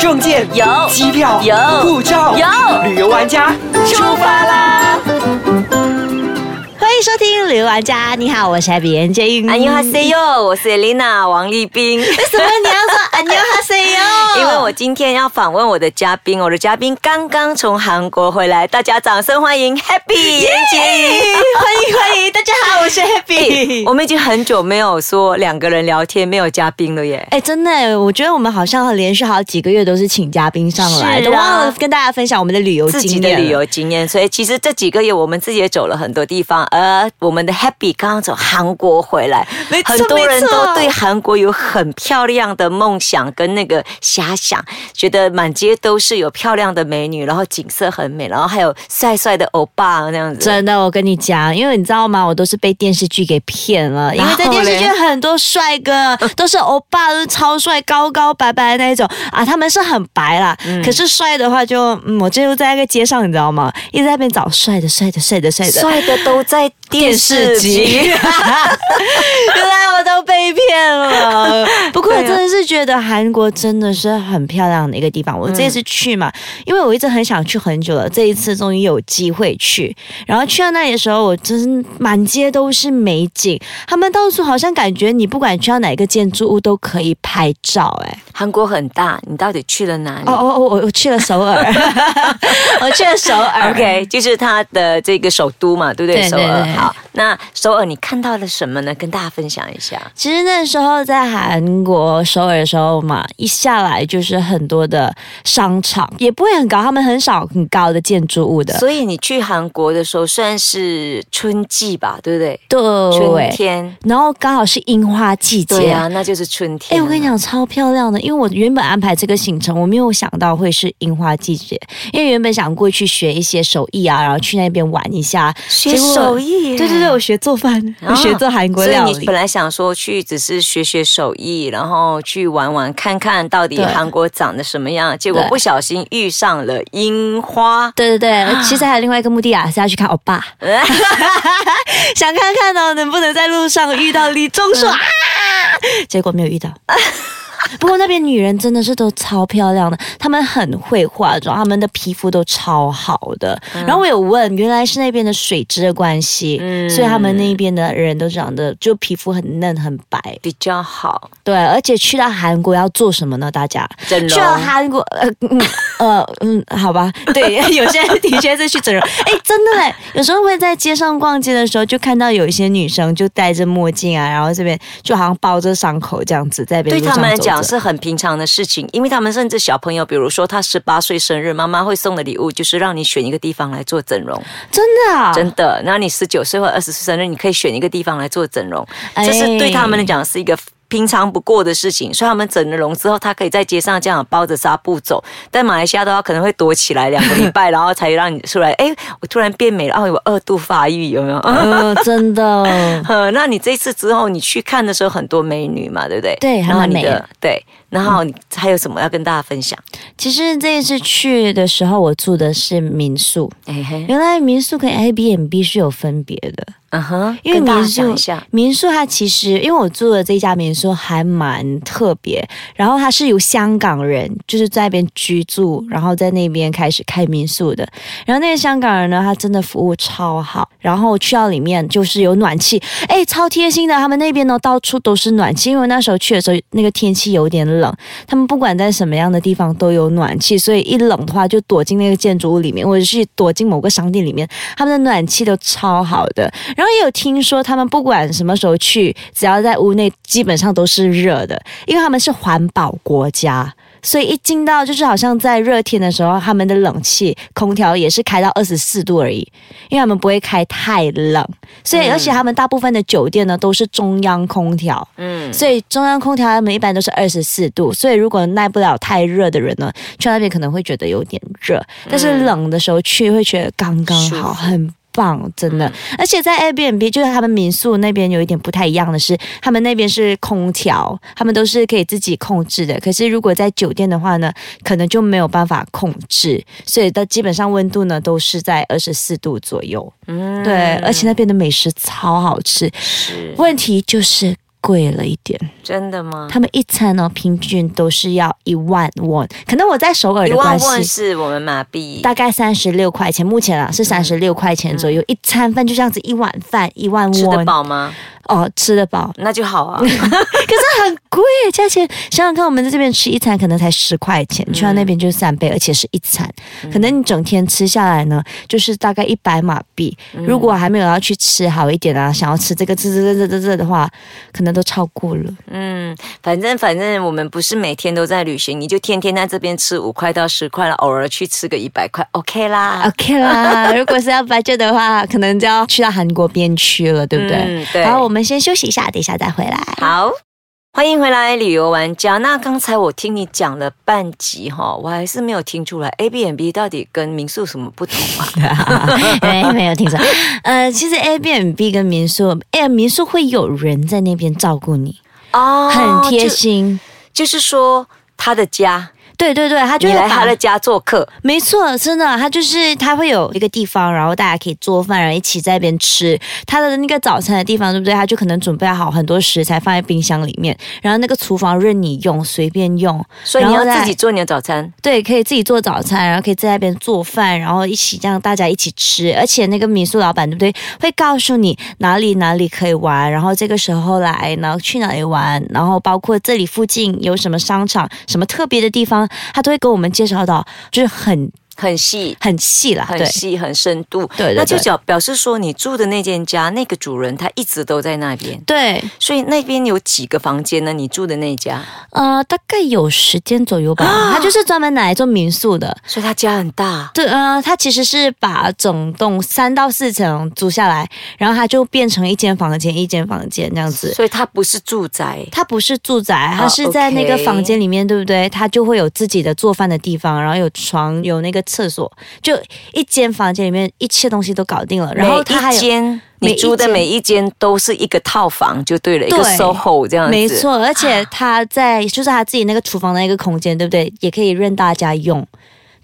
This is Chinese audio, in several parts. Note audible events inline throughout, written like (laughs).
证件有机票有护照有旅游玩家出发啦！欢迎收听《旅游玩家》，你好，我是艾比严建英。安妞哈 C 哟，我是 Elena 王立斌。嗯为什么你要说安妞哈 C 哟？ (laughs) 因为我今天要访问我的嘉宾，我的嘉宾刚刚从韩国回来，大家掌声欢迎 Happy 严洁哎莹。欢迎欢迎，大家好，我 (laughs) 是 (laughs) Happy。哎我们已经很久没有说两个人聊天没有嘉宾了耶。哎，真的耶，我觉得我们好像连续好几个月都是请嘉宾上来，是啊都忘了跟大家分享我们的旅游自己经的验。旅，游经验，所以其实这几个月我们自己也走了很多地方，而我们的 Happy 刚刚从韩国回来没，错很多人没都错对韩国有很漂亮的梦想跟那个遐想，觉得满街都是有漂亮的美女，然后景色很美，然后还有帅帅的欧巴那样 (laughs) 子。真的，我跟你讲，因为你知道吗？我都是被电视剧给骗了，因为在然后电嘞视剧很多帅哥 (laughs) 都是欧巴，都是超帅，高高白白的那一种啊，他们是很白啦，嗯可是帅的话就，嗯，我就在那个街上，你知道吗？一直在那边找帅的，帅的，帅的，帅的。帅的都在电视 (laughs) 机，原来我都被骗了。不过我对啊真的是觉得韩国真的是很漂亮的一个地方。我这次去嘛，因为我一直很想去很久了，这一次终于有机会去。然后去到那里的时候，我真是满街都是美景，他们到处好像感觉你不管去到哪个建筑物都可以拍照、哎， (laughs) 韩国很大，你到底去了哪里？哦哦哦，我我去了首尔， (laughs) 我去了首 (laughs) 尔。 OK，就是它的这个首都嘛，对不对？对对首尔对好，那首尔你看到了什么呢？跟大家分享一下。其实那时候在韩国首尔的时候嘛，一下来就是很多的商场，也不会很高，他们很少很高的建筑物的。所以你去韩国的时候算是春季吧，对不对？春对，天，然后刚好是樱花季节。对啊，那就是春哎、天。我跟你，讲，超漂亮的，因为我原本安排这个行程，我没有想到会是樱花季节，因为原本想过去学一些手艺啊，然后去那边玩一下。学手艺耶，哦对对对，我学做饭，我学做韩国料所以你理本。来想说去只是学学手艺，然后去玩玩看看到底对韩国长得什么样，结果对不小心遇上了樱 (laughs) 花。对对啊对，其实还有另外一个目的啊，是要去看欧巴。想看看哦，能不能在路上遇到李钟硕啊？结果没有遇到。 (laughs) 不过那边女人真的是都超漂亮的，她们很会化妆，她们的皮肤都超好的。然后我有问，原来是那边的水质的关系，所以他们那边的人都长得就皮肤很嫩很白。比较好，对，而且去到韩国要做什么呢？大家整容去到韩国，呃嗯呃嗯，好 (laughs) 吧，对，有些人的确是去整容。哎，真的嘞，有时候会在街上逛街的时候，就看到有一些女生就戴着墨镜啊，然后这边就好像包着伤口这样子，在边对路上他们来讲走着是很平常的事情，因为他们甚至小朋友，比如说他十八岁生日，妈妈会送的礼物就是让你选一个地方来做整容，真的啊，真的。然后你十九岁或二十岁生日，你可以选一个地方来做整容，哎这是对他们来讲是一个。平常不过的事情，所以他们整了容之后，他可以在街上这样包着纱布走。但马来西亚的话，可能会躲起来两个礼拜，然后才让你出来。 (laughs) 哎，我突然变美了，哦，我二度发育，有没有？嗯、真的。哦呃，那你这次之后，你去看的时候很多美女嘛，对不对？对还然后蛮你美的的对，然后你还有什么要跟大家分享？其实这一次去的时候，我住的是民宿，哎嘿，原来民宿跟 Airbnb 是有分别的。嗯哼，因为跟大民家宿讲一下，民宿它其实，因为我住的这家民宿还蛮特别，然后它是由香港人就是在那边居住，然后在那边开始开民宿的。然后那个香港人呢，他真的服务超好，然后去到里面就是有暖气，哎，超贴心的。他们那边呢到处都是暖气，因为我那时候去的时候那个天气有点冷，他们不管在什么样的地方都有暖气，所以一冷的话就躲进那个建筑物里面，或者是躲进某个商店里面，他们的暖气都超好的。然后也有听说他们不管什么时候去，只要在屋内基本上都是热的，因为他们是环保国家。所以一进到就是好像在热天的时候，他们的冷气、空调也是开到二十四度而已，因为他们不会开太冷。所以而且他们大部分的酒店呢都是中央空调，嗯，所以中央空调他们一般都是二十四度，所以如果耐不了太热的人呢，去那边可能会觉得有点热，但是冷的时候去会觉得刚刚嗯舒服嗯好，很。棒，真的！而且在 Airbnb 就是他们民宿那边有一点不太一样的是，他们那边是空调，他们都是可以自己控制的。可是如果在酒店的话呢，可能就没有办法控制，所以它基本上温度呢都是在二十四度嗯左右。嗯，对，而且那边的美食超好吃，是问题就是贵了一点，真的吗？他们一餐哦平均都是要一万 won，可能我在首尔一的万关啊问系。是我们马币，大概三十六块钱，目前嗯啊是三十六块钱左右，一餐饭就这样子，一碗饭一万吃得 won 饱吗？哦，吃得饱，那就好啊。嗯可是很贵，价钱想想看，我们在这边吃一餐可能才十块钱，去到那边就是三倍，而且是一餐，嗯可能你整天吃下来呢，就是大概一百马币。嗯如果还没有要去吃好一点啊，想要吃这个这这这这这的话，可能都超过了。 (laughs) 嗯，反正反正我们不是每天都在旅行，你就天天在这边吃五块到十块了，偶尔去吃个一百块，OK 啦。(laughs) OK 啦，如果是要 budget 的话，可能就要去到韩国边区了，对不对？嗯，对。好，我们先休息一下，等一下再回 (laughs) 来。好，欢迎回来，旅游玩家。那刚才我听你讲了半集哈，我还是没有听出来 A B N B 到底跟民宿有什么不同啊？没哎没有听说，呃，其实 Airbnb 跟民宿，哎，民宿会有人在那边照顾你，哦 (laughs) 很贴，心。就就是说他的家，对对对，他就你会来他把的，家做客，没错，真的，他就是他会有一个地方，然后大家可以做饭，然后一起在那边吃他的那个早餐的地方，对不对？他就可能准备好很多食材放在冰箱里面，然后那个厨房任你用，随便用，所以你要然后再自己做你的早餐。对，可以自己做早餐，然后可以在那边做饭，然后一起这样大家一起吃。而且那个民宿老板对不对，会告诉你哪里哪里可以玩，然后这个时候来，然后去哪里玩，然后包括这里附近有什么商场、什么特别的地方，他都会给我们介绍到，就是很很细，很细啦，很对。细，很深度。对对那就对表表示说，你住的那间家，那个主人他一直都在那边，对，所以那边有几个房间呢？你住的那家，呃，大概有十间左右吧。啊他就是专门拿来做民宿的，所以他家很大。对，呃，它其实是把整栋三到四层租下来，然后它就变成一间房间一间房间这样子。所以它不是住宅，它不是住宅，它是在那个 OK 房间里面，对不对？它就会有自己的做饭的地方，然后有床，有那个厕所，就一间房间里面一切东西都搞定了。然后每它还一有。间每你一租的间每一间都是一个套房就对了，一个对 SOHO 这样子。啊没，错，而且它在就是它自己那个厨房的一个空间，对不对？也可以任大家用，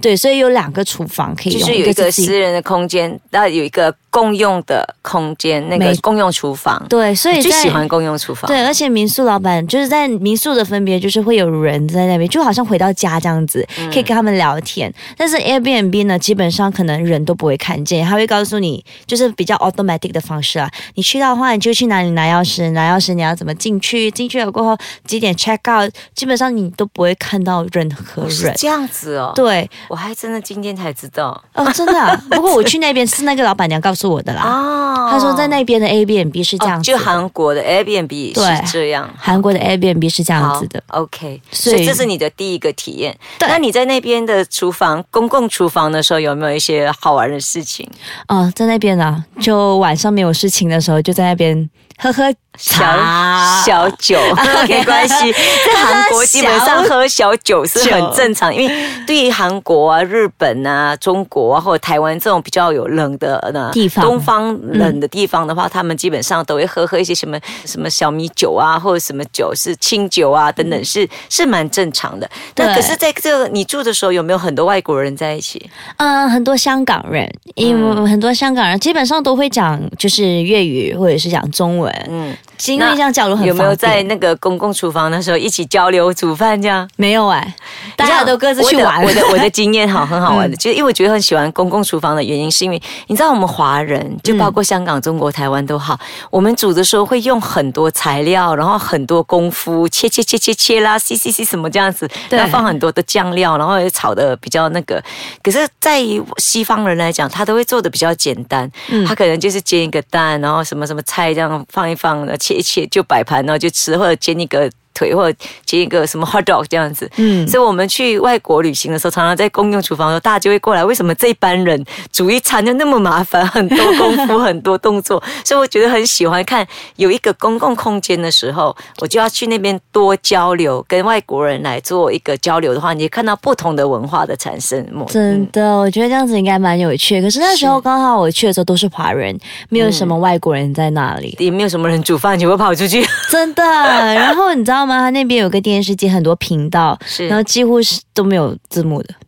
对，所以有两个厨房可以就用，是有一个自己私人的空间，那有一个共用的空间，那个没共用厨房。对，所以我最在喜欢共用厨房。对，而且民宿老板就是在民宿的分别，就是会有人在那边，就好像回到家这样子，嗯可以跟他们聊天。但是 Airbnb 呢，基本上可能人都不会看见，他会告诉你，就是比较 automatic 的方式啊。你去到的话，你就去哪里拿钥匙，拿钥匙你要怎么进去，进去了过后几点 check out，基本上你都不会看到任何哦是人。这样子哦，对我还真的今天才知道哦，真的啊、 (laughs) 不过我去那边是那个老板娘告诉我的啦，哦。她说在那边的 Airbnb 是这哦样子就的，韩国的 Airbnb 对是这样。韩国的 Airbnb 是这样好子的。 ，OK，所所以以这是你的第一个体验。对那你在那边的厨房、公共厨房的时候，有没有一些好玩的事情？哦，在那边呢，就晚上没有事情的时候，就在那边喝喝茶。小小 (laughs) 酒啊没关 (laughs) 系，在韩国基本上喝小酒是很正常，因为对于韩国啊、日本啊、中国啊或者台湾这种比较有冷的呢地方东方冷的地方的话，他们基本上都会喝喝一些什么什么小米酒啊，或者什么酒是清酒啊等等，是是蛮正常的。那嗯对可是在这个你住的时候，有没有很多外国人在一起？嗯，很多香港人，因嗯为很多香港人基本上都会讲就是粤语或者是讲中文，嗯，因为这样交流很有没有方便在那个公共厨房的时候一起交流煮饭这样？没有哎、大家都各自去玩。我的我的我的经验 (laughs) 好，很好玩嗯的，就是因为我觉得很喜欢公共厨房的原因，是因为你知道我们华人，就嗯包括香港、中国、台湾都好，我们煮的时候会用很多材料，然后很多功夫，切切切切切啦，洗洗洗什么这样子，对然后放很多的酱料，然后也炒的比较那个。可是，在于西方人来讲，他都会做的比较简单，嗯他可能就是煎一个蛋，然后什么什么菜这样放一放，切一切就摆盘，然后就吃，或者煎一个。腿或者煎一个什么 hot dog 这样子，嗯所以我们去外国旅行的时候，常常在公用厨房的时候，大家就会过来。为什么这一班人煮一餐就那么麻烦，很多功夫，很多动作？所以我觉得很喜欢看有一个公共空间的时候，我就要去那边多交流，跟外国人来做一个交流的话，你就看到不同的文化的产生。我真嗯的，我觉得这样子应该蛮有趣的。可是那时候刚好我去的时候都是华人，嗯没有什么外国人在那里。也没有什么人煮饭，全部跑出去。真的。 (laughs) 然后你知道吗？他那边有个电视机，很多频道，是啊然后几乎是都没有字幕的。 (laughs)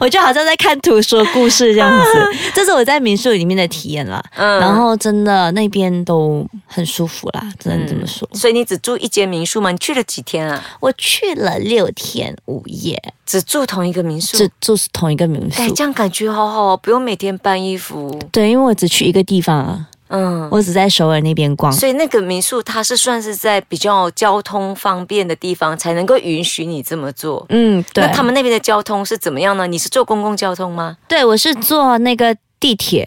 我就好像在看图说故事这样子。 (laughs) 这是我在民宿里面的体验啦。嗯然后真的那边都很舒服啦，只能这么说。所以你只住一间民宿吗？你去了几天啊？我去了六天五夜，只住同一个民宿？这就是同一个民宿哎，。这样感觉好好哦，不用每天搬衣服。对，因为我只去一个地方啊，嗯，我只在首尔那边逛。所以那个民宿它是算是在比较交通方便的地方才能够允许你这么做。嗯，对那，他们那边的交通是怎么样呢？你是坐公共交通吗？对我是坐那个地铁，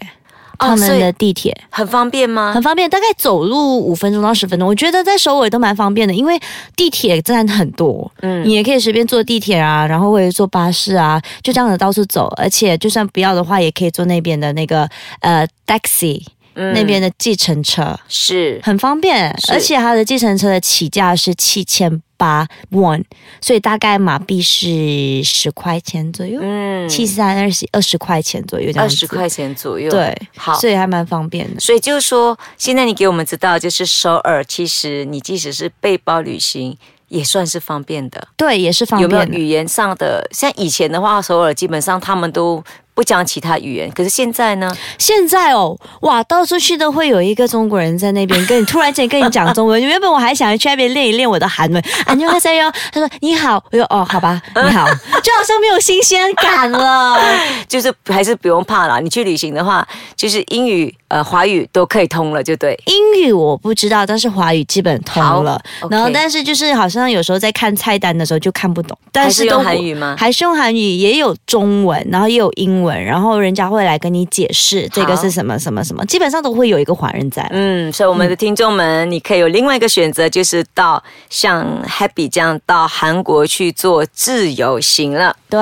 哦他所们以的地铁。很方便吗？很方便，大概走路五分钟到十分钟，我觉得在首尔都蛮方便的，因为地铁站很多，嗯你也可以随便坐地铁啊，然后或者坐巴士啊，就这样子到处走，而且就算不要的话，也可以坐那边的那个呃 taxi，、嗯那边的计程车是很方便，是而且它的计程车的起价是七千八 won，所以大概马币是十块钱左右，嗯，七三二十二十块钱左右这样二子，十块钱左右。，对，好所以还蛮方便的。所以就是说，现在你给我们知道，就是首尔，其实你即使是背包旅行，也算是方便的。对，也是方有便没的。有语言上的？像以前的话，首尔基本上他们都不讲其他语言，可是现在呢？现在哦，哇，到处去都会有一个中国人在那边跟你突然间跟你讲中文。原本我还想要去那边练一练我的韩文，안녕하세요。他说你好，我说哦，好吧，嗯你好，就好像没有新鲜 (laughs) 感了。就是还是不用怕啦。你去旅行的话，就是英语、呃华语都可以通了，就对。英语我不知道，但是华语基本通了。好，OK 然后，但是就是好像有时候在看菜单的时候就看不懂，但还是都用韩语吗还是用韩语，也有中文，然后也有英文，然后人家会来跟你解释这个好是什么什么什么，基本上都会有一个华人在。嗯，所以我们的听众们，你可以有另外一个选择，就是到像 Happy 这样到韩国去做自由行了。对，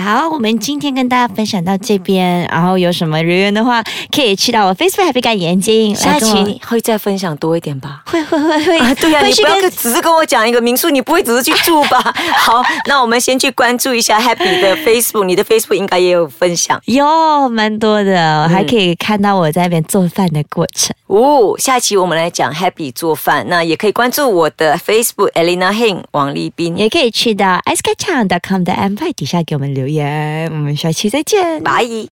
好，我们今天跟大家分享到这边，然后有什么留言的话，可以去到我 Facebook Happy 干眼睛，下一来期跟我你会再分享多一点吧。会会会会，啊，对呀、会你去不要跟跟只是跟我讲一个民宿，你不会只是去住吧？好，那我们先去关注一下 Happy 的 Facebook，你的 Facebook 应该也有分享有蛮多的，还可以看到我在那边做饭的过程。哦。下期我们来讲 Happy 做饭，那也可以关注我的 Facebook Elena Hing 王立斌，也可以去到 i c e k a c h a n g c o m 的 M 派底下给我们留言，我们下期再见，拜。